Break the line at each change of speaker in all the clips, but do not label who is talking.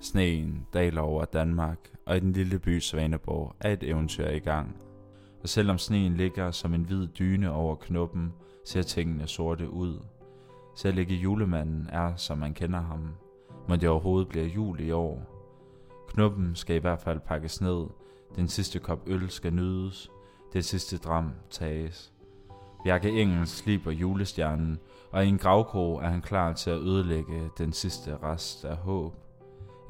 Sneen daler over Danmark, og i den lille by Svaneborg er et eventyr i gang. Og selvom sneen ligger som en hvid dyne over knoppen, ser tingene sorte ud. Selv ikke julemanden er, som man kender ham, men det overhovedet bliver jul i år. Knoppen skal i hvert fald pakkes ned, den sidste kop øl skal nydes, det sidste dram tages. Bjarke Engel sliber julestjernen, og i en gravkrog er han klar til at ødelægge den sidste rest af håb.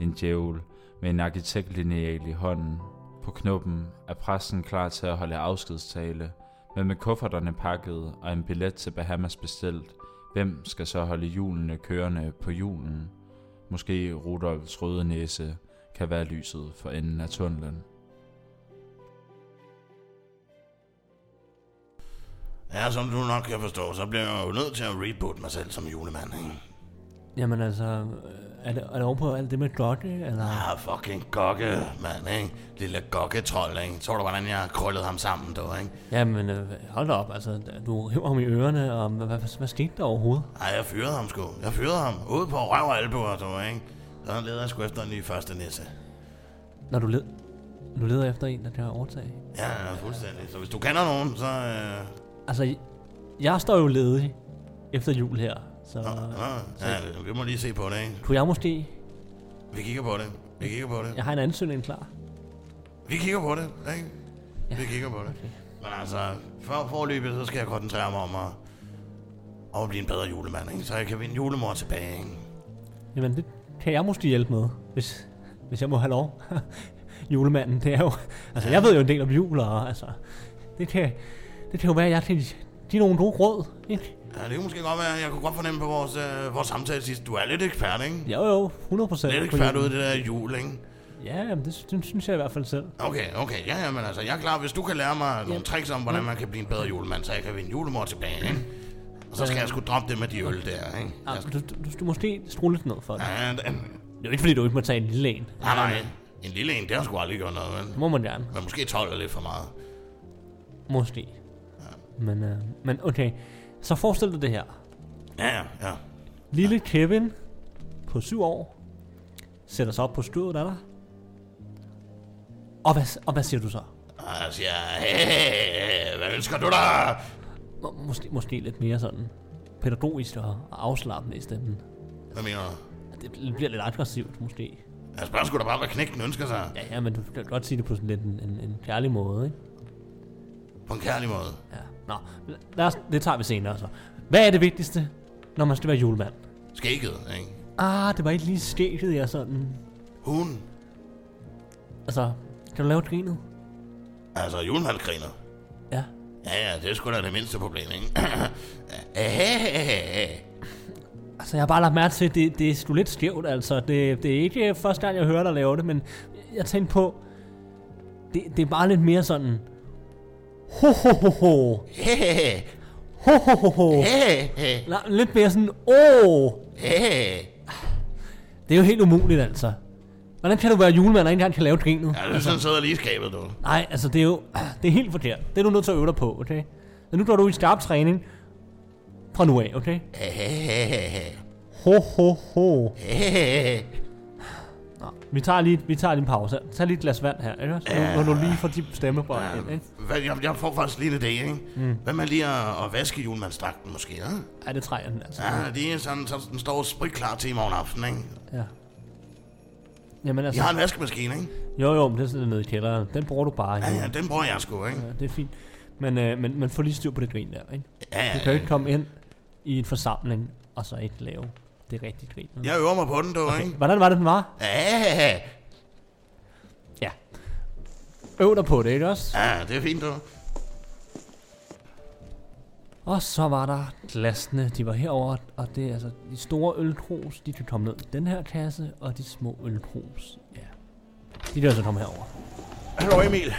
En djævel med en arkitektlineal i hånden. På knoppen er præsten klar til at holde afskedstale, men med kufferterne pakket og en billet til Bahamas bestilt, hvem skal så holde hjulene kørende på julen? Måske Rudolfs røde næse kan være lyset for enden af tunnelen.
Ja, som du nok kan forstå, så bliver jeg jo nødt til at reboot mig selv som julemand, ikke?
Jamen altså, øh, er det, er det oven på alt det med gokke, eller?
Ah, fucking gokke, mand, ikke? Lille gokketrold, ikke? Så du, hvordan jeg krøllede ham sammen, du, ikke?
Jamen, øh, hold da op, altså, du hiver ham i ørerne, og hvad, hvad, hvad skete der overhovedet?
Ej, jeg fyrede ham sgu. Jeg fyrede ham. Ude på røv og albuer, du, ikke? Så leder jeg sgu efter en ny første nisse.
Når du led, du leder efter en, der kan overtage?
Ja, ja, fuldstændig. Så hvis du kender nogen, så... Øh...
Altså, jeg står jo ledig efter jul her, så
Nå, nå, ja, vi må lige se på det, ikke?
kunne jeg måske...
Vi kigger på det. Vi kigger på det.
Jeg har en ansøgning klar.
Vi kigger på det, ikke? Vi kigger på det.
Okay.
Men altså, for forløbet, så skal jeg koncentrere mig om at, om at blive en bedre julemand, ikke? Så jeg kan vinde julemor tilbage, ikke?
Jamen, det kan jeg måske hjælpe med, hvis, hvis jeg må have lov. Julemanden, det er jo... Altså, jeg ved jo en del om jul, og altså... Det kan, det kan jo være, at jeg kan give nogle gode råd, ikke?
Ja, det kunne måske godt være, jeg kunne godt fornemme på vores, øh, vores samtale sidst. Du er lidt ekspert, ikke?
Jo, jo, 100 procent.
Lidt ekspert ud i det der jul, ikke?
Ja, jamen, det, sy- det, synes jeg i hvert fald selv.
Okay, okay, ja, ja, men altså, jeg er klar, hvis du kan lære mig nogle tricks om, hvordan man kan blive en bedre julemand, så jeg kan vinde julemor tilbage, ikke? Og så skal jeg sgu droppe det med de øl der, ikke?
Ja,
Jeg skal-
du, du, du, du måske skrue lidt ned for det.
Ja, den-
Det er jo ikke, fordi du ikke må tage en lille en.
nej, nej, en lille en, det har sgu aldrig gjort noget, vel?
Det må man gerne.
Men måske 12 er lidt for meget.
Måske. Men, øh, men okay, så forestil dig det her.
Ja, ja, ja.
Lille Kevin på syv år sætter sig op på stødet af dig. Og hvad, og hvad siger du så?
Og jeg siger, hey, hvad ønsker du dig?
Må, måske, måske lidt mere sådan pædagogisk og og afslappende i stemmen.
Hvad mener du?
Det bl- bliver lidt aggressivt måske.
Jeg spørger sgu da bare, hvad knægten ønsker sig.
Ja, ja, men du kan godt sige det på sådan lidt en, en, en kærlig måde, ikke?
På en kærlig måde.
Ja. Nå, lad os, det tager vi senere så. Hvad er det vigtigste, når man skal være julemand?
Skægget, ikke?
Ah, det var ikke lige skægget, jeg sådan...
Hun.
Altså, kan du lave grinet?
Altså, julemanden griner.
Ja.
Ja, ja, det er sgu da det mindste problem, ikke? Ja,
Altså, jeg har bare lagt mærke til, at det, det er sgu lidt skævt, altså. Det, det er ikke øh, første gang, jeg hører dig lave det, men jeg tænkte på... Det, det er bare lidt mere sådan... Ho, ho, ho, ho. Ho, ho, ho, ho. Nej, Lidt mere sådan... Åh. Det er jo helt umuligt, altså. Hvordan kan du være julemand, og ikke engang kan lave grinet?
Ja, det er sådan sidder lige i skabet, du.
Nej, altså det er jo det er helt forkert. Det er du nødt til at øve dig på, okay? Så nu går du i skarp træning fra nu af, okay? Ho, ho, ho. Nå, vi tager lige, vi tager lige en pause. Tag lige et glas vand her, ikke? Så nu, når du lige får de stemmebånd ind, ikke?
Hvad, jeg, jeg får faktisk lige en idé, ikke? Mm. Hvad med lige at, at vaske julemandsdragten, måske, ja?
Ej, det trænger den altså.
Ja, det er sådan, så den står spritklar til i morgen aften, ikke?
Ja. Jamen
Jeg
altså,
har en vaskemaskine, ikke?
jo jo, men det er sådan nede i kælderen. Den bruger du bare,
Ja,
jo.
ja, den bruger jeg sgu, ikke?
Ja, det er fint. Men, øh, men, men få lige styr på det grin der, ikke?
Ja,
Du
ja,
kan jo ikke komme ind i en forsamling, og så ikke lave det rigtige grin.
Jeg øver mig på den, du, ikke?
Hvordan var det, den var?
Ja,
Ja. Øv dig på det, ikke også?
ja, det er fint, du.
Og så var der glasene, de var herover, og det er altså de store ølkrus, de kan komme ned i den her kasse, og de små ølkrus, ja. De kan altså komme herover.
Hallo, Emil.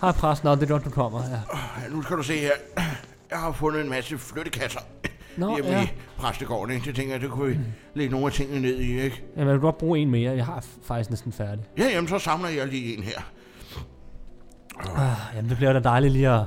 Hej præsten, Nå, det er godt, du kommer, ja.
Nu skal du se her. Jeg har fundet en masse flyttekasser
Nå,
hjemme
ja.
i præstegården. Ikke? Så tænker jeg, det kunne vi lægge nogle af tingene ned i, ikke?
Jamen, jeg vil godt bruge en mere, jeg har f- faktisk næsten færdig.
Ja, jamen, så samler jeg lige en her.
Ah, jamen, det bliver da dejligt lige at,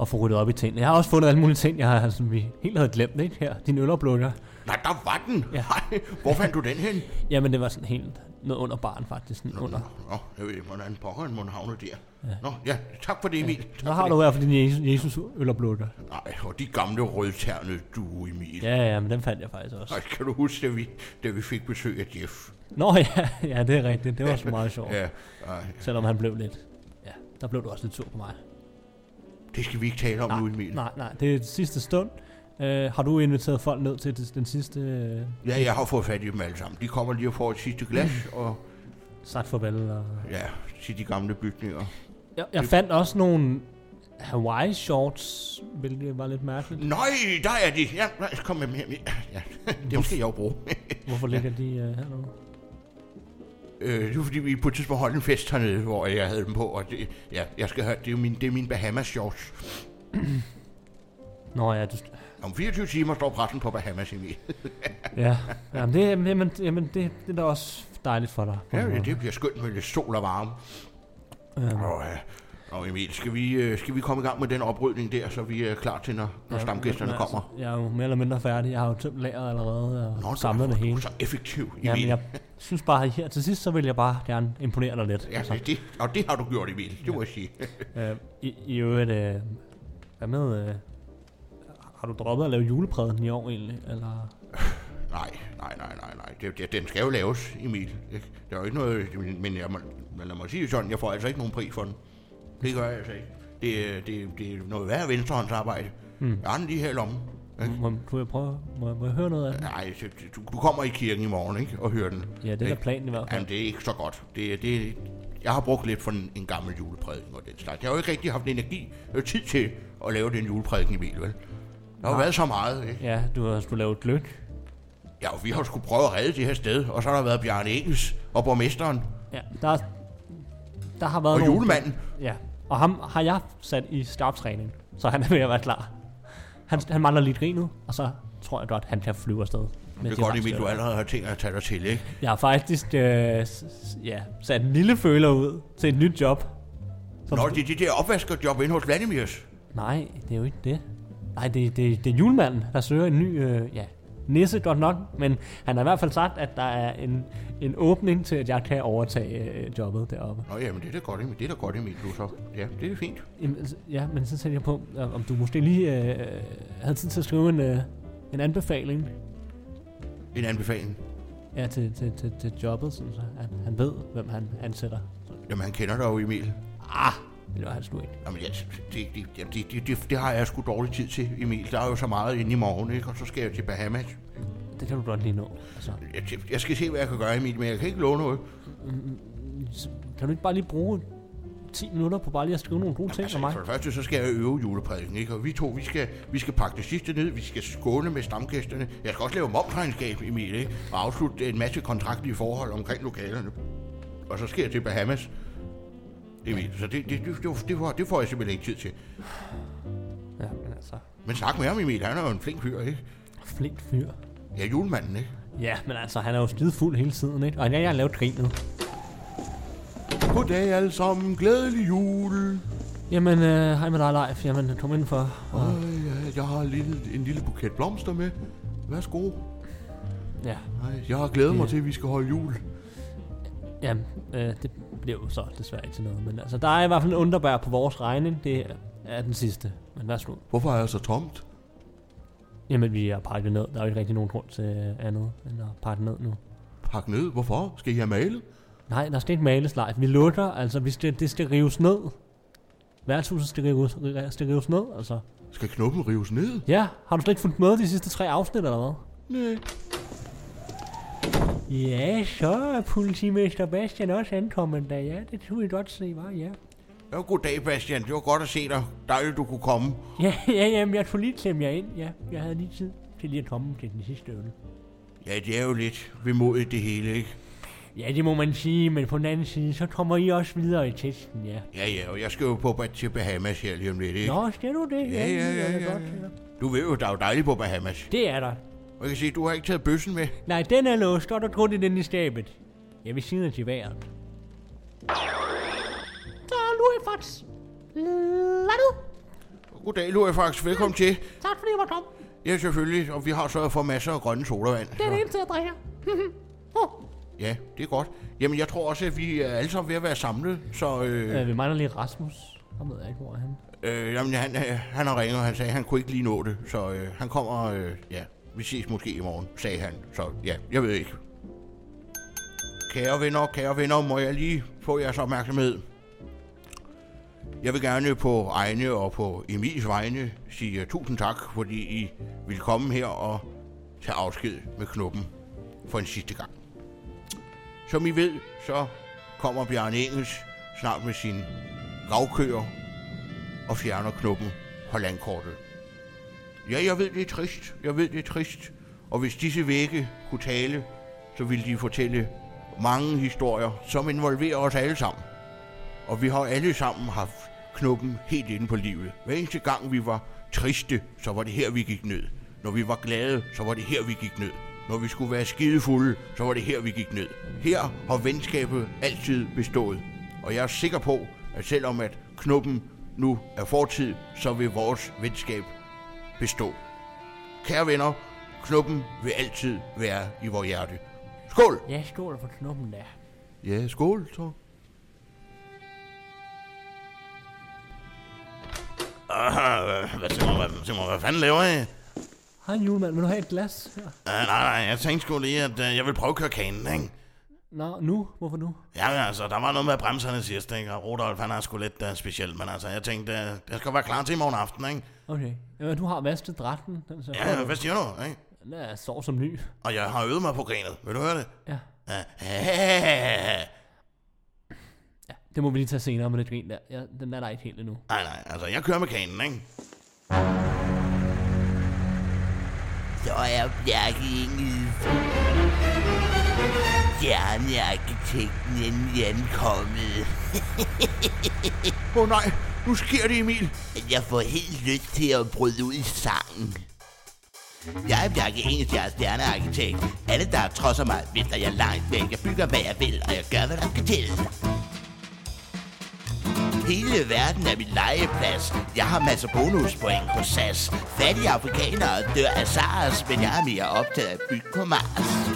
at få ryddet op i tingene. Jeg har også fundet alle mulige ting, jeg har, som vi helt havde glemt, ikke her? Din øloplukker.
Nej, der var den.
Ja.
Ja. hvor fandt du den hen?
Jamen, det var sådan helt noget under barn, faktisk. Sådan under.
Nå, jeg ved ikke, hvordan pokker en mund havner der. Ja. Nå, ja, tak for det, Emil. Tak
Så har du i hvert fald din Jesus, Jesus øl og blodder.
Nej, og de gamle rødternede du, Emil. Ja.
Ja, ja, men den fandt jeg faktisk også.
Ej, kan du huske, da vi, da vi fik besøg af Jeff?
Nå ja, ja det er rigtigt. Det var så meget sjovt.
Ja, ej,
Selvom han blev lidt... Ja, der blev du også lidt sur på mig.
det skal vi ikke tale om nu, Emil.
Nej, nej, det er den sidste stund. Øh, har du inviteret folk ned til det- den sidste... Øh,
Ja, jeg har fået fat i dem alle sammen. De kommer lige og får et sidste glas,
Mm.
og
sagt farvel? Eller?
ja, til de gamle bygninger.
Jeg, jeg fandt også nogle Hawaii shorts, hvilket var lidt mærkeligt.
Nøj, der er de. Ja, nej, kom med dem her. Ja, dem skal jeg jo bruge.
Hvorfor ligger de øh, hernede?
Øh, det var fordi, vi på et tidspunkt holdt en fest hernede, hvor jeg havde dem på, og det, ja, jeg skal høre, det er jo min, det er min Bahamas shorts.
Nå ja, du, st-
Om 24 timer står pressen på Bahamas, Emil.
ja. Jamen, det, jamen, jamen det, det er da også dejligt for dig. på en
Ja,
måde.
det, det bliver skønt med lidt sol og varme.
Øhm,
Og, øh, og Emil, skal vi, øh, skal vi komme i gang med den oprydning der, så vi er klar til, når, når
ja,
stamgæsterne
men altså,
kommer?
Jeg er jo mere eller mindre færdig. Jeg har jo tømt lageret allerede og
Nå, du
samlet
er-
det
du er
hele.
så effektiv, Emil.
altså, Jamen, jeg synes bare, at her til sidst, så vil jeg bare gerne imponere dig lidt. Altså,
Ja, det, det, og det har du gjort, Emil, det må jeg sige.
Øh, i, I øvrigt, øh, hvad med... Øh, har du droppet at lave juleprædiken i år egentlig? Eller?
Nej, nej, nej, nej, nej. Det, det, den skal jo laves, Emil. Ikke? Der er jo ikke noget, men- men jeg må, men lad mig sige det sådan, jeg får altså ikke nogen pris for den. Det gør jeg altså ikke. Det, er- det, det er noget værre venstrehåndsarbejde. Mm. Jeg har den lige her i lommen. Ikke?
Må, må, jeg prøve, må, må jeg høre noget af det?
Nej, så du, du kommer i kirken i morgen, ikke? Og hører den.
Ja, det er da
Ikke?
planen i hvert fald.
Jamen, det er ikke så godt. Det, er- det, er- jeg har brugt lidt for en, en gammel juleprædiken og den slags. Jeg har jo ikke rigtig haft energi og tid til at lave den juleprædiken, Emil, vel? Der har jo været så meget, ikke?
Ja, du har skulle lave et gløk.
Ja, og vi har skulle prøve at redde det her sted, og så har der været Bjarne Engels og borgmesteren
Ja, der, er- der har været
og
nogle-
julemanden.
Ja, og ham har jeg sat i stabstræning, så han er ved at være klar. Han, han mangler lige et grin nu, og så tror jeg godt, han kan flyve afsted. Med
Det er godt, Emil, du allerede har ting at tage dig til, ikke?
Jeg har faktisk øh, s- s- ja, sat en lille føler ud til et nyt job. Som
Nå, det er det der opvaskerjob inde hos Vladimirs.
Nej, det er jo ikke det. Nej, det, det, det er julemanden, der søger en ny, øh, ja, nisse godt nok, men han har i hvert fald sagt, at der er en, en åbning til, at jeg kan overtage øh, jobbet deroppe.
Nå, jamen, det er da godt, Emil. Det er da godt, Emil, du så. Ja, det er fint.
Jamen, altså, Ja, men så tænker jeg på, om om du måske lige øh, havde tid til at skrive en, øh, en anbefaling
En anbefaling.
ja, til, til, til, til jobbet, sådan så at han ved, hvem han ansætter.
Jamen, han kender dig jo, Emil.
Det var han sgu ikke.
Jamen, ja, det, det, ja, det, det, det, det har jeg sgu dårlig tid til, Emil. Der er jo så meget inde i morgen, ikke? Og så skal jeg til Bahamas.
Det kan du godt lige nå. Altså,
Jeg, jeg- jeg skal se, hvad jeg kan gøre, Emil, men jeg kan ikke love noget.
så kan du ikke bare lige bruge 10 minutter på bare lige at skrive nogle gode ting for
Altså,
mig?
for det første, så skal jeg øve juleprædiken, ikke? Og vi to, vi skal, vi skal pakke det sidste ned, vi skal skåne med stamgæsterne. Jeg skal også lave momsregnskab, Emil, ikke? Og afslutte en masse kontraktlige forhold omkring lokalerne. Og så skal jeg til Bahamas. Emil, så det, det, det, det, det, får, det får jeg simpelthen ikke tid til.
Ja, men altså,
Men snak med ham, Emil. Han er jo en flink fyr, ikke?
flink fyr.
Ja, julemanden, ikke?
Ja, men altså, han er jo skidefuld hele tiden, ikke? Og ja, jeg har lavet grinet.
Goddag alle sammen. Glædelig jul.
Jamen, øh, hej med dig, Leif. Jamen, kom indenfor. Og,
Ej, ja, jeg har en lille, en lille buket blomster med. Værsgo.
ja,
Ej, jeg har glædet mig
Det-
til, at vi skal holde jul.
jamen, øh, det blev jo så desværre ikke til noget. Men altså, der er i hvert fald en underbær på vores regning. Det er- er den sidste. Men værsgo.
Hvorfor er jeg så tomt?
Jamen, vi har pakket ned. Der er jo ikke rigtig nogen grund til øh, andet end at pakke ned nu.
Pak ned. Hvorfor? Skal I have malet?
Nej, der skal ikke males, Leif. Vi lukker. Altså, vi skal, det skal rives ned. Værtshuset skal rives, skal rives ned, altså.
Skal knoppen rives ned?
Ja, har du slet ikke fulgt med de sidste tre afsnit, eller hvad?
Nej.
Ja, så er politimester Bastian også ankommet da, ja. Det kunne I godt se, var ja.
Ja, goddag, Bastian. Det var godt at se dig. Dejligt, du kunne komme.
Ja, ja, jamen, jeg skulle lige klemme jer ind, ja. Jeg havde lige tid til lige at komme til den sidste øl.
Ja, det er jo lidt vemodigt det hele, ikke?
Ja, det må man sige, men på den anden side, så kommer I også videre i testen, ja.
Ja, ja, og jeg skal jo på ba- til Bahamas her lige om lidt, ikke?
Nå, skal du det?
Ja, ja,
det er
ja,
da
ja,
godt,
ja. Du ved jo, der er jo dejligt på Bahamas.
Det er der.
Og jeg kan se, du har ikke taget bøssen med.
Nej, den er låst, og der kun i den i skabet. Jeg vil sige til vejret.
Så nu er Fox. Lad du.
Goddag, Lurifax. Velkommen til.
Tak fordi jeg var kom.
Ja, selvfølgelig, og vi har sørget for masser af grønne sodavand.
Det er det eneste, jeg drikker. oh.
Ja, det er godt. Jamen, jeg tror også, at vi er alle sammen ved at være samlet, så... Øh,
Øh, vi mangler lige Rasmus. Ham ved jeg ikke, hvor er han.
øh, jamen, han, øh, han har ringet, og han sagde, at han kunne ikke lige nå det, så øh, han kommer... Øh, ja, vi ses måske i morgen, sagde han. Så ja, jeg ved ikke. Kære venner, kære venner, må jeg lige få jeres opmærksomhed? Jeg vil gerne på egne og på Emils vegne sige øh, tusind tak, fordi I vil komme her og tage afsked med knuppen for en sidste gang. Som I ved, så kommer Bjørn Engels snart med sin gravkøer og fjerner knuppen fra landkortet. Ja, jeg ved, det er trist. Jeg ved, det er trist. Og hvis disse vægge kunne tale, så ville de fortælle mange historier, som involverer os alle sammen. Og vi har alle sammen haft knuppen helt inde på livet. Hver eneste gang vi var triste, så var det her, vi gik ned. Når vi var glade, så var det her, vi gik ned. Når vi skulle være skidefulde, så var det her, vi gik ned. Her har venskabet altid bestået. Og jeg er sikker på, at selvom at knuppen nu er fortid, så vil vores venskab bestå. Kære venner, knuppen vil altid være i vores hjerte. Skål!
Jeg stoler på knuppen der.
Ja, skål, så. Ah, hvad, Simon, hvad, Simon, hvad fanden laver I?
Hej julemand, vil du have et glas her?
Uh, nej, nej, jeg tænkte sgu lige, at uh, jeg ville prøve at køre kanen, ikke?
Nå, nu? Hvorfor nu?
Ja, altså, der var noget med bremserne sidst, ikke? Og Rudolf, han er sgu lidt uh, speciel, men altså, jeg tænkte, uh, jeg skal være klar til i morgen aften, ikke?
Okay. Jamen, du har vasket retten. Den, så
Ja, hvad siger du, ikke?
den er sår som ny.
Og jeg har øvet mig på grinet, vil du høre det? Øh,
Ja.
Uh,
ja. Det må vi lige tage senere med det grin der. Ja, den er der ikke helt endnu.
Nej, nej, altså, jeg kører med kanen, ikke?
Så er Bjarke Engels. Stjernearkitekten endelig ankommet.
Åh oh, nej, nu sker det, Emil.
Jeg får helt lyst til at bryde ud i sangen. Jeg er Bjarke Engels, jeg er stjernearkitekt. Alle, der trodser mig, ved, at jeg er langt væk. Jeg bygger, hvad jeg vil, og jeg gør, hvad der skal til. Hele verden er min legeplads. Jeg har masser bonuspoint på SAS. Fattige afrikanere dør af SARS, men jeg er mere optaget af at bygge på Mars.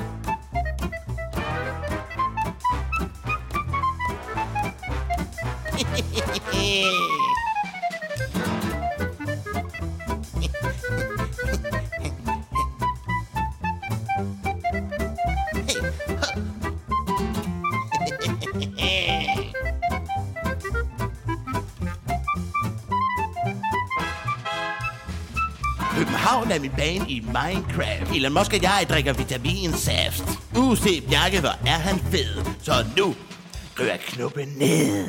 København er min bane i Minecraft. Elon Musk og jeg drikker vitaminsaft. Uh, se Bjarke, hvor er han fed. Så nu gør jeg knuppen ned.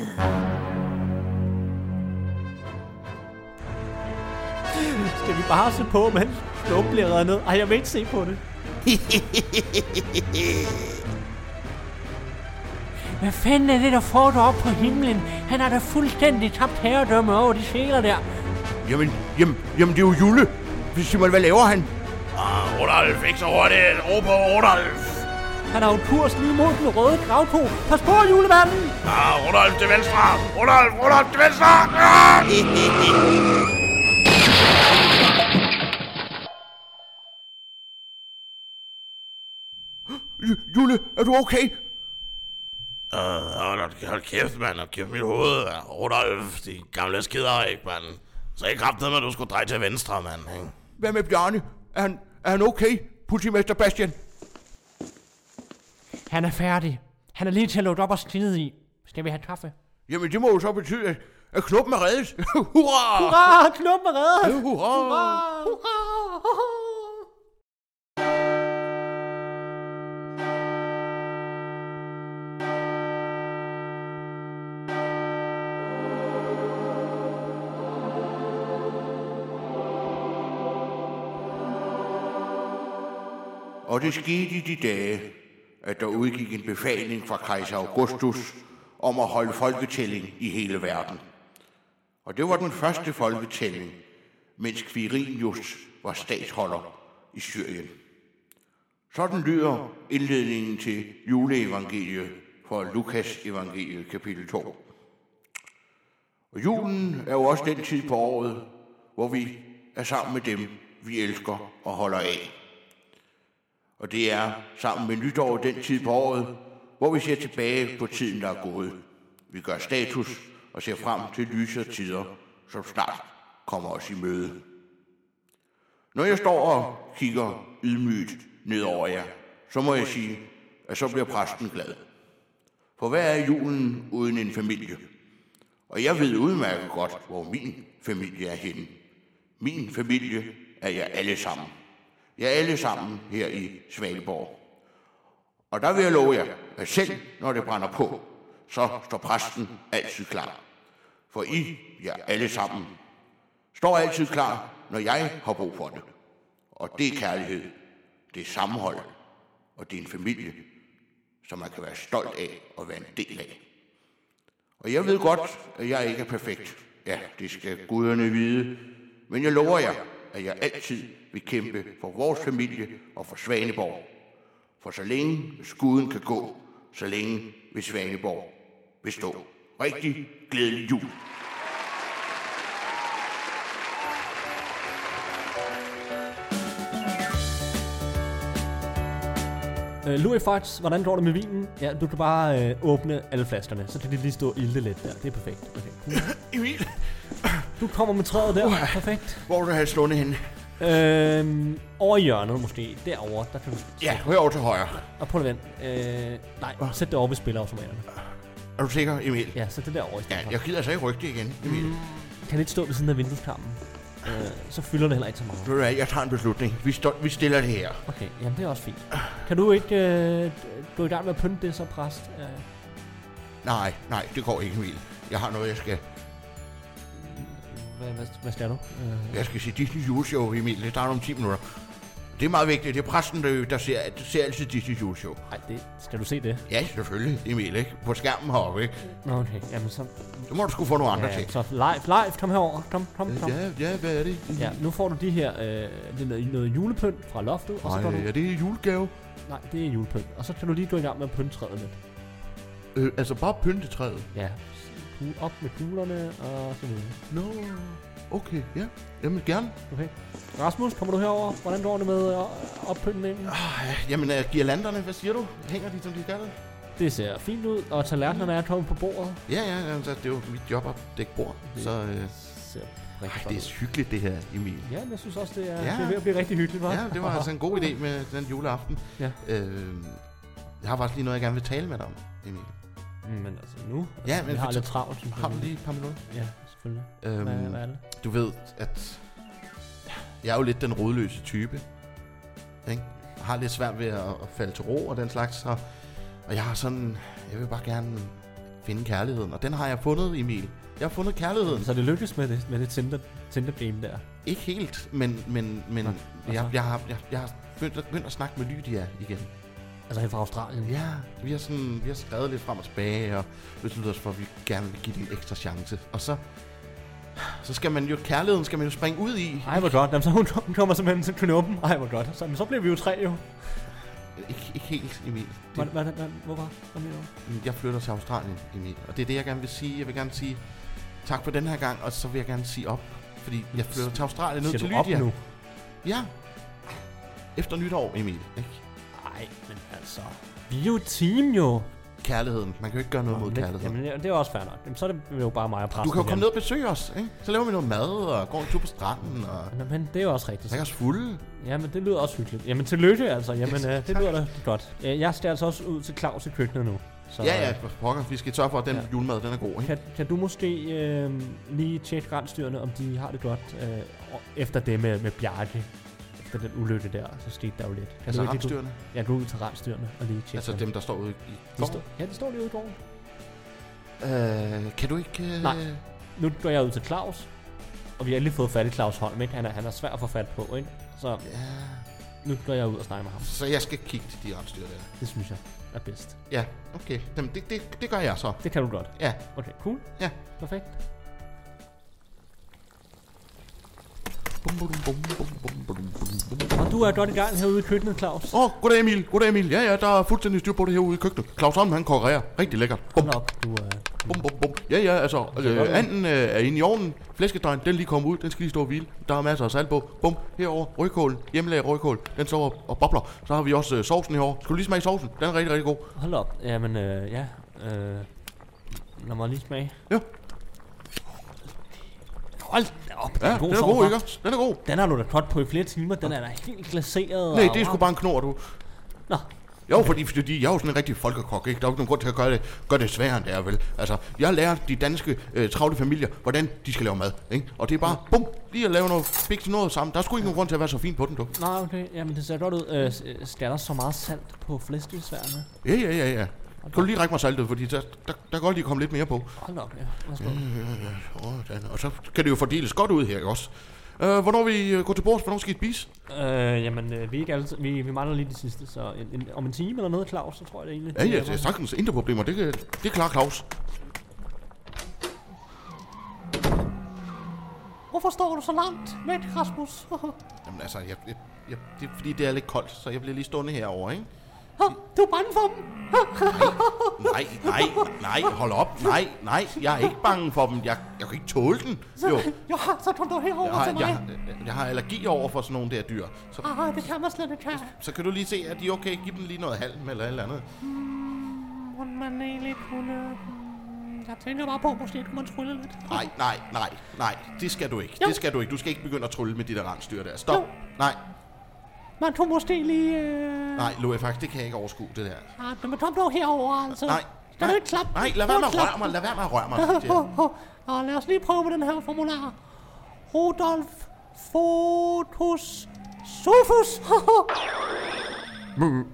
Skal vi bare se på, mens knuppen bliver reddet ned? Ej, jeg vil ikke se på det. Hvad fanden er det, der foregår op på himlen? Han har da fuldstændig tabt herredømme over de sæler der.
Jamen, jamen, jamen, det er jo Jule. Simon, hvad laver han? Ah, Rudolf, ikke så hurtigt. Råb på Rudolf.
Han har jo kurs lige mod den røde gravko. Pas på, julemanden!
Ah, Rudolf til venstre. Rudolf, Rudolf til venstre. Ah! Ju- Jule, er du okay?
Øh, hold, hold kæft, mand. Hold kæft mit hoved. mand. Rudolf, de gamle skider, ikke, mand? Så ikke kraftedeme, at du skulle dreje til venstre, mand. ikke?
Hvad med Bjarne? Er han, er han okay? Politimester Bastian.
Han er færdig. Han er lige til at lukke op og skide i. Skal vi have kaffe?
Jamen, det må jo så betyde, at, at knuppen er reddet. Hurra!
Hurra, knuppen Ah, er reddet!
Hurra! Hurra! Og det skete i de dage, at der udgik en befaling fra kejser Augustus om at holde folketælling i hele verden. Og det var den første folketælling, mens Quirinius var statsholder i Syrien. Sådan lyder indledningen til juleevangeliet fra Lukas evangeliet kapitel 2. Og julen er jo også den tid på året, hvor vi er sammen med dem, vi elsker og holder af. Og det er sammen med nytår den tid på året, hvor vi ser tilbage på tiden, der er gået. Vi gør status og ser frem til lysere tider, som snart kommer os i møde. Når jeg står og kigger ydmygt ned over jer, så må jeg sige, at så bliver præsten glad. For hvad er julen uden en familie? Og jeg ved udmærket godt, hvor min familie er henne. Min familie er jer alle sammen. Jer alle sammen her i Svalborg. Og der vil jeg love jer, at selv når det brænder på, så står præsten altid klar. For I, jer alle sammen, står altid klar, når jeg har brug for det. Og det er kærlighed, det er sammenhold, og det er en familie, som man kan være stolt af og være en del af. Og jeg ved godt, at jeg ikke er perfekt. Ja, det skal guderne vide. Men jeg lover jer, at jeg altid vil kæmpe for vores familie og for Svaneborg. For så længe skuden kan gå, så længe vil Svaneborg bestå. Rigtig glædelig jul.
Øh, Louis Fox, hvordan går det med vinen? Ja, du kan bare øh, åbne alle flaskerne, så kan det lige stå og ilde lidt der. Det er perfekt. Okay.
Emil,
Du kommer med træet der. Perfekt.
hvor vil du have slundet henne?
Øhm, over i hjørnet måske. Derovre, der kan du...
Ja, herovre til højre.
Og prøv at vente. Øh, nej, sæt det over ved spillerautomaterne.
Er du sikker, Emil?
Ja, sæt det derovre i stedet
Ja,
for.
jeg gider altså ikke rykke det igen, Emil.
Kan det ikke stå ved siden af vindueskarmen? Øh, så fylder det heller ikke så meget.
Ved du hvad, jeg tager en beslutning. Vi, stå- vi stiller det her.
Okay, jamen det er også fint. Kan du ikke øh, gå i gang med at pynte det så, præst? Øh,
Nej, nej, det går ikke, Emil. Jeg har noget, jeg skal...
hvad, hvad, hvad skal du? Øh,
Jeg skal se Disney juleshow, Emil. Det starter om 10 minutter. Det er meget vigtigt. Det er præsten, der, der ser, der ser altid Disney juleshow.
ej, det, skal du se det?
Ja, selvfølgelig, Emil, ikke? På skærmen heroppe, ikke?
Nå, okay, jamen så...
Så må du sgu få nogle andre
Ja,
ting.
så live, live, kom herover, kom, kom, kom.
Ja, ja, hvad er det?
Ja, nu får du de her, øh, det er noget, noget julepynt fra loftet, og så går du...
Ej, er det en julegave?
Nej, det er julepynt. Og så kan du lige gå i gang med at pynte træet lidt.
Øh, altså bare pyntetræet?
Ja. Ku- Op med kuglerne og så videre.
Nå, okay, ja. Jamen, gerne.
Okay. Rasmus, kommer du herover? Hvordan går det med øh, oppyntningen?
Jamen, uh, girlanderne, hvad siger du? Hænger de, som de skal?
Det ser fint ud, og tallerkenerne er kommet på bordet.
Ja, ja, ja, altså, det er jo mit job at dække bord.
Mm.
Så øh, ej,
Ser rigtig
det
godt
er hyggeligt, det her, Emil.
ud. Ja, men jeg synes også, det er,
Ja.
ja. det er ved at blive rigtig hyggeligt, hva'?
Ja, det var altså en god idé med den juleaften.
Ja.
Øh, jeg har faktisk lige noget, jeg gerne vil tale med dig om, Emil.
Men altså nu, altså,
Ja,
ja,
men
men vi har
fortæl-
lidt travlt. synes jeg.
Har du lige et par minutter?
Ja, selvfølgelig.
Øhm,
Hvad, hvad er det?
Du ved, at jeg er jo lidt den rodløse type. Ikke? Jeg har lidt svært ved at, at falde til ro og den slags. Og, og jeg har sådan, jeg vil bare gerne finde kærligheden. Og den har jeg fundet, Emil. Jeg har fundet kærligheden.
Så det lykkes med det, med det Tinder, Tinder game der.
Ikke helt, men, men, men
Nå,
jeg,
hvad
jeg,
så?
jeg, har, jeg, jeg har begyndt at, begyndt at snakke med Lydia igen.
Altså helt fra Australien.
Ja, vi har, sådan, vi har skrevet lidt frem og tilbage, og besluttet os for, at vi gerne vil give det en ekstra chance. Og så, så skal man jo, kærligheden skal man jo springe ud i.
Ej, hvor godt. Jamen, så hun, hun kommer simpelthen til knuppen. Ej, hvor godt. Så, men så bliver vi jo tre jo.
Ikke, ikke helt, Emil.
Hvad,
Det,
hvad, hvad, hvorfor? Hvad mener du?
jeg flytter til Australien, Emil. Og det er det, jeg gerne vil sige. Jeg vil gerne sige tak for den her gang, og så vil jeg gerne sige op. Fordi jeg flytter til Australien ned
Siger
til
du op
Lydia.
nu?
Ja. Efter nytår, Emil. Ikke?
Nej, men altså... Vi er jo et team jo.
Kærligheden. Man kan jo ikke gøre noget mod kærligheden.
Jamen, ja, det er også fair nok. Jamen, så er det jo bare mig og præsten
Du kan jo komme
igen.
ned og besøge os, ikke? Så laver vi noget mad, og går en tur på stranden, og
Nå, men det er jo også rigtigt.
drikker os fulde.
Jamen, det lyder også hyggeligt. Jamen, tillykke altså. Jamen,
Yes,
yes, øh, det
tak.
lyder da godt. Øh, jeg skal altså også ud til Claus i køkkenet nu. Så,
Ja,
øh,
ja, for pokker. Vi skal sørge for, at den ja.
Ja.
julemad, den er god, ikke?
Kan, kan du måske øh, lige tjekke rensdyrene, om de har det godt øh, og- efter det med, med Bjarke? Efter den ulykke der, så skete der jo lidt. Kan
Altså
ikke lige gå-
rensdyrene.
Ja, gå ud til rensdyrene og lige tjekke
Altså
dem.
dem, der står ude i
de
gården.
står, ja, de står lige ude i gården.
Øh, kan du ikke... Øh...
Nej. Nu går jeg ud til Claus, og vi har lige fået fat i Claus Holm, ikke? Han er, han er svær at få fat på, ikke? Så
Ja.
nu går jeg ud og snakker med ham.
Så jeg skal kigge til de rensdyr der.
Det synes jeg er bedst.
Ja, okay. Jamen, det, det, det gør jeg så.
Det kan du godt.
Ja,
Okay, cool.
ja.
Perfekt.
Bum, bum, bum, bum, bum, bum, bum, bum.
Og du er godt i gang herude i køkkenet, Claus.
Åh, oh, goddag Emil, goddag Emil. Ja, ja, der er fuldstændig styr på det herude i køkkenet. Claus Holm, han konkurrerer. Rigtig lækkert. Bum.
Hold op, du øh, er...
Bum, bum, bum. Ja, ja, altså, øh, anden øh, er inde i ovnen. Flæskedøjen, den er lige kommet ud. Den skal lige stå og hvile. Der er masser af salt på. Bum, herover rødkål. Hjemmelavet rødkål. Den står og, og bobler. Så har vi også øh, sovsen herovre. Skal du lige smage sovsen? Den er rigtig, rigtig god.
Hold op. Jamen, øh, ja. Øh, lad mig lige smage.
Ja.
Hold da op.
Ja, den er god,
sovs,
ikke?
hva'?
også? Den er god.
Den har du da pot på i flere timer. Den er da helt glaseret.
Nej,
og-
det er sgu bare en knor, du.
Nå,
Jo, fordi, fordi jeg er jo sådan en rigtig folkekok, ikke? Der er jo ikke nogen grund til at gøre det, gøre det sværere, end det er, vel? Altså, jeg lærer de danske øh, travle familier, hvordan de skal lave mad, ikke? Og det er bare, bum, lige at lave noget, big noget sammen. Der er sgu ikke nogen grund til at være så fin på den, du.
nej, okay. Jamen, det ser godt ud. Øh, s- øh, skal der så meget salt på flæskesværene?
Ja, ja, ja, ja. Kan du lige række mig saltet, fordi der, der, der kan godt lige komme lidt mere på.
Hold op, ja. Værsgo.
Mm. Sådan, og så kan det jo fordeles godt ud her, ikke også? Øh, hvornår vi øh, går til bords? Hvornår skal I spise?
Øh, jamen, øh, vi, er ikke alle, vi, vi mangler lige det sidste, så en, en, om en time eller noget, Claus, så tror jeg det egentlig.
Ja, ja,
det
det er sagtens indre problemer. Det, kan, det klarer Claus.
Hvorfor står du så langt væk, Rasmus?
Jamen altså, jeg, jeg, jeg, det er fordi, det er lidt koldt, så jeg bliver lige stående herovre, ikke?
du er bange for dem.
Nej, nej, nej, hold op. Nej, nej, jeg er ikke bange for dem. Jeg, jeg kan ikke tåle den.
Så,
Jo,
jo, så kom du
jeg
herover
har,
til mig.
jeg, jeg har allergi over for sådan nogle der dyr. Så,
Ah, det kan man slet ikke have.
så kan du lige se, at de er okay. Giv dem lige noget halm eller et eller andet.
Må man egentlig kunne... Jeg tænker bare på, måske kunne man trylle lidt.
Nej, nej, nej, nej. Det skal du ikke.
Jo.
Det skal du ikke. Du skal ikke begynde at trylle med de der rensdyr der. Stop.
Jo.
Nej,
Man kunne måske lige... Øh...
nej, Loe, faktisk, det kan jeg ikke overskue, det der.
Ah, men kom nu herover, altså.
Nej,
Skal du
nej,
ikke klappe?
nej, lad være med at
Klap.
røre mig. Lad være med at røre mig.
Åh,
Cynthia.
åh, åh. Og lad os lige prøve med den her formular. Rodolf Fotus Sofus.
Mm.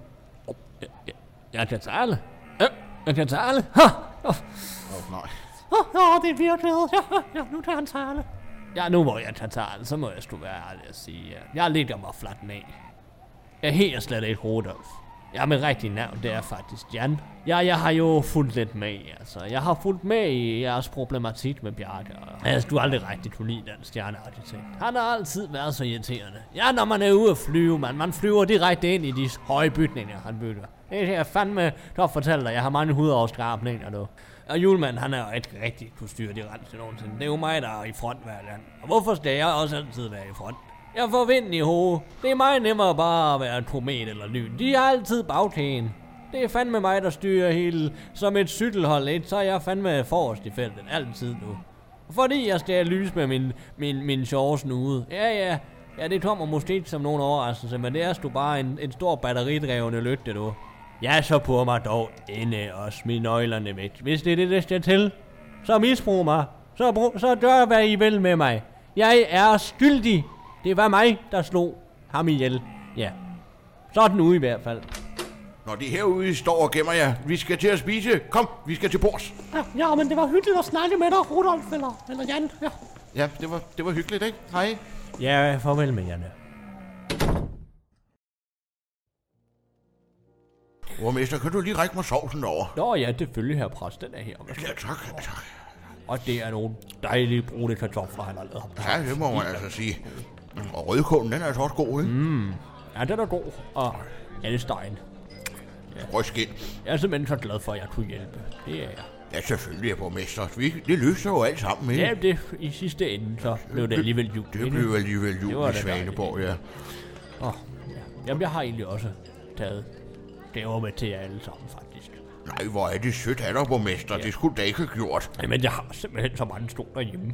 Jeg kan tale. Ja, jeg kan tale. Ha! Åh,
Åh, Nej.
Åh, oh, det er virkelighed. Ja, ja, nu tager han tale.
Ja, nu hvor jeg kan tale, så må jeg sgu være ærlig at sige, at jeg ligger mig fladt ned. Jeg hedder slet ikke Rudolf. Ja, mit rigtige navn, det er faktisk Jan. Ja, jeg har jo fulgt lidt med, altså. Jeg har fulgt med i jeres problematik med Bjarke, og altså, du har aldrig rigtig kunne lide den stjernearkitekt. Han har altid været så irriterende. Ja, når man er ude at flyve, man, man flyver direkte ind i de høje bygninger, han bygger. Det kan jeg fandme godt fortælle dig, jeg har mange hudafskrabninger nu. Og julemanden, han er jo ikke rigtig kunne styre de rent nogensinde. Det er jo mig, der er i front hver gang. Og hvorfor skal jeg også altid være i front? Jeg får vind i hovedet. Det er meget nemmere bare at være en komet eller lyn. De er altid bagtagen. Det er fandme mig, der styrer hele som et cykelhold, ikke? Så er jeg fandme forrest i feltet altid nu. Fordi jeg skal lyse med min, min, min shorts nude. Ja, ja. Ja, det kommer måske ikke som nogen overraskelse, men det er sgu bare en, en stor batteridrevne lygte, du. Jeg så på mig dog inde og smid nøglerne væk. Hvis det er det, der skal til, så misbrug mig. Så, brug, så gør, hvad I vil med mig. Jeg er skyldig. Det var mig, der slog ham ihjel. Ja. Sådan ude i hvert fald.
Når de herude I står og gemmer jer, vi skal til at spise. Kom, vi skal til bords.
Ja, ja, men det var hyggeligt at snakke med dig, Rudolf eller, eller Jan. Ja.
Ja, det var, det var hyggeligt, ikke? Hej.
Ja, farvel med jer nu.
Borgmester, kan du lige række mig sovsen over?
Nå ja, selvfølgelig her præst, den er her.
Ja, tak. tak.
Og det er nogle dejlige brune kartofler, han har lavet.
Ja, det må man altså sige. Og rødkålen, den er altså også god, ikke? Mm.
Ja, den er god. Og ja, det er stegen.
Rødskin.
Jeg er simpelthen så glad for, at jeg kunne hjælpe. Det er jeg.
Ja, selvfølgelig er borgmester. Vi, det løser jo alt sammen, ikke?
Ja, det i sidste ende, så blev det alligevel jul.
Det blev alligevel
Det
jul
var
i
da
Svaneborg, ja.
Oh, ja. Jamen, jeg har egentlig også taget gaver med til jer alle sammen, faktisk.
Nej, hvor er det sødt af dig, borgmester. Det skulle du da ikke have gjort.
Jamen, jeg har simpelthen så mange stol derhjemme.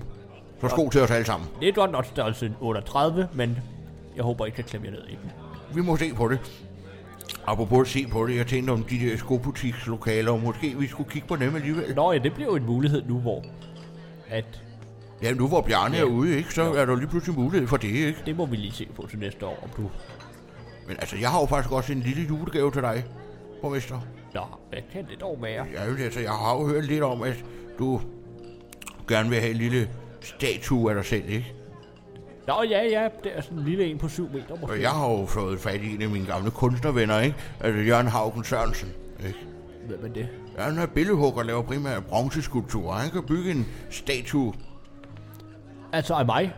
Så sko til os alle sammen.
Det er godt nok størrelse 38, men jeg håber ikke, at klemme jer ned i dem.
Vi må se på det. Apropos at se på det, jeg tænkte om de der skobutikslokaler, måske vi skulle kigge på dem alligevel.
Nå ja, det bliver jo en mulighed nu, hvor at
Ja, nu hvor Bjarne er ude, ikke, så er der lige pludselig mulighed for det, ikke?
det må vi lige se på til næste år, om du...
Men altså, jeg har jo faktisk også en lille julegave til dig, borgmester.
Nå, hvad kan det dog være?
Ja, men altså, jeg har jo hørt lidt om, at du gerne vil have en lille statue af dig selv, ikke?
Nå ja, ja, det er sådan en lille en på 7 meter måske.
Og jeg har jo fået fat i en af mine gamle kunstnervenner, ikke? Altså Jørgen Haugen Sørensen, ikke?
Hvem er det?
Ja, han er billedhugger og laver primært bronzeskulpturer. Han kan bygge en statue.
Altså af mig.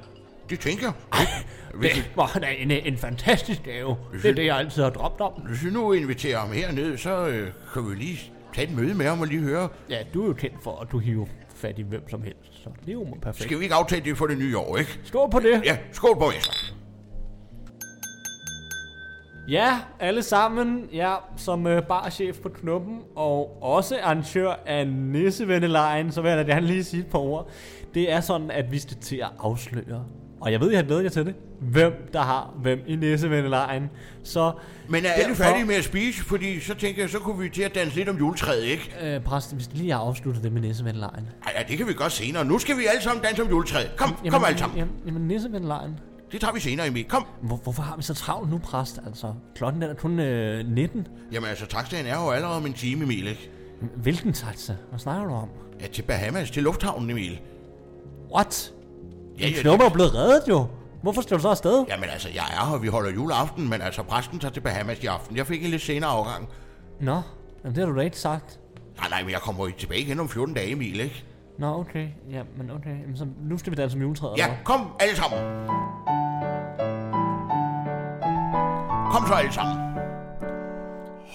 Det tænker jeg. ikke? Hvis
Det var da en, en fantastisk gave. Det er
synes-
det, jeg altid har drømt om.
Hvis vi nu inviterer ham herned, så øh, kan vi lige Tag et møde med ham og lige høre.
Ja, du er jo kendt for, at du hiver fat i hvem som helst, så det er jo perfekt.
Skal vi ikke aftale det for det nye år, ikke?
Skål på det.
Ja, skål borgmester.
Ja, alle sammen. Ja, som øh, barchef på Knuppen og også arrangør af Nissevennelejen, så vil jeg da gerne lige sige et par ord. Det er sådan, at vi skal til at afsløre. Og jeg ved, I har glædet jer til det. Hvem der har hvem i Nissevennelejen. Så
Men er alle
derfor-
færdige med at spise? Fordi så tænker jeg, så kunne vi til at danse lidt om juletræet, ikke?
Øh, præst, vi skal lige have afsluttet det med Nissevennelejen.
Ej, ja, det kan vi godt senere. Nu skal vi alle sammen danse om juletræet. Kom, kom alle sammen.
Jamen, jamen Nissevennelejen.
Det tager vi senere, Emil. Kom.
Hvor, hvorfor har vi så travlt nu, præst? Altså, klokken den er kun øh, 19.
Jamen altså, taxaen er jo allerede om en time, Emil, ikke?
Hvilken taxa? Hvad snakker du om?
Ja, til Bahamas, til lufthavnen, Emil.
What?
Ja,
Din
ja,
knopper er blevet reddet jo. Hvorfor skal du så afsted?
Jamen altså, jeg er her, vi holder juleaften, men altså, præsten tager til Bahamas i aften. Jeg fik en lidt senere afgang.
Nå, jamen, det har du da ikke sagt.
Nej, nej, men jeg kommer jo tilbage igen om 14 dage, Emil, ikke?
Nå, okay. Ja, men okay. Jamen, så nu skal vi altså danse om juletræet.
Ja,
eller hvad?
kom alle sammen. Kom så alle sammen.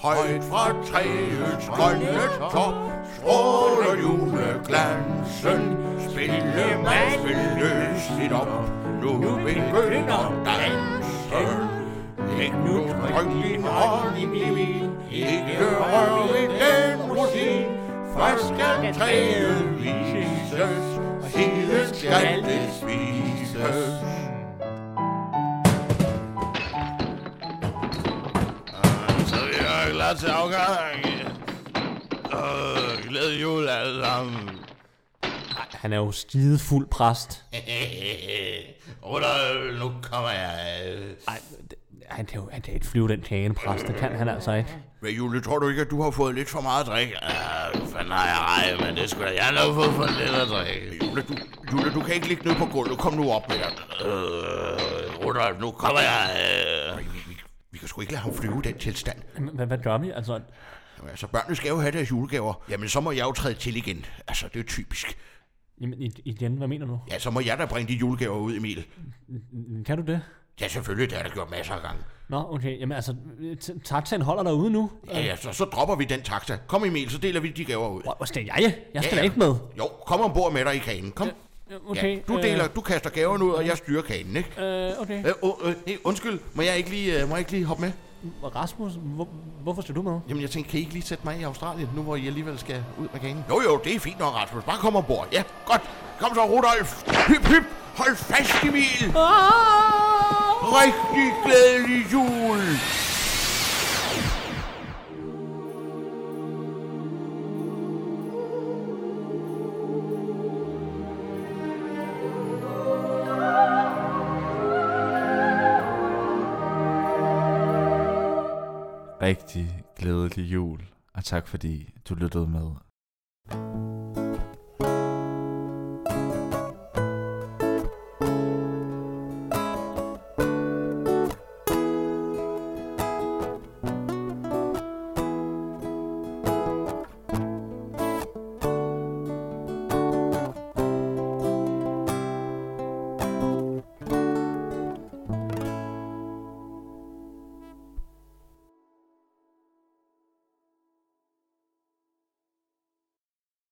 Højt fra træets grønne top Stråler juleglansen Spille mig spilløsigt op Nu begynder dansen Læg nu tryk din hånd i min Ikke rør ved den rosin Først skal træet vises Siden skal det spises
Så vi er klar til afgang. Øh, glæd jul alle sammen.
Han er jo skidefuld præst.
Rudolf, nu kommer jeg.
Ej, det- han kan jo han kan ikke flyve den kane, præst. Det kan han altså ikke.
Hvad, Jule, tror du ikke, at du har fået lidt for meget at drikke?
Øh, fanden har jeg rej, men det skulle da jeg nok få for lidt at drikke.
Jule, du, Jule, du kan ikke ligge nede på gulvet. Kom nu op med dig.
Øh, Rudolf, nu kommer jeg. Øh.
Vi, vi, vi kan sgu ikke lade ham flyve i den tilstand.
Men hvad, hvad gør vi? Altså,
Jamen, altså, børnene skal jo have deres julegaver. Jamen, så må jeg jo træde til igen. Altså, det er jo typisk.
jamen, i- igen, hvad mener du?
Ja, så må jeg da bringe de julegaver ud, Emil.
Kan du det?
Ja, selvfølgelig, det har jeg da gjort masser af gange.
Nå, okay. Jamen altså, t- taxaen holder derude nu.
Ja, ja, så, så dropper vi den taxa. Kom, Emil, så deler vi de gaver ud.
Hvor, hvor skal jeg? Jeg skal
Ja,
da
ja.
ikke med.
Jo, kom ombord med dig i kanen. Kom. Ja, du deler, du kaster gaverne ud, og jeg styrer kanen, ikke?
Øh, øh, okay.
Øh, øh, øh, hey, undskyld, må jeg ikke lige, øh, må jeg ikke lige hoppe med?
Og Rasmus, hvor, hvorfor skal du med?
Jamen, jeg tænkte, kan I ikke lige sætte mig i Australien, nu hvor I alligevel skal ud med kanen? Jo, jo, det er fint nok, Rasmus. Bare kom ombord. Ja, godt. Kom så, Rudolf. Hyp, hyp. Hold fast, Emil. Rigtig glædelig jul.
Rigtig glædelig jul, og tak fordi du lyttede med.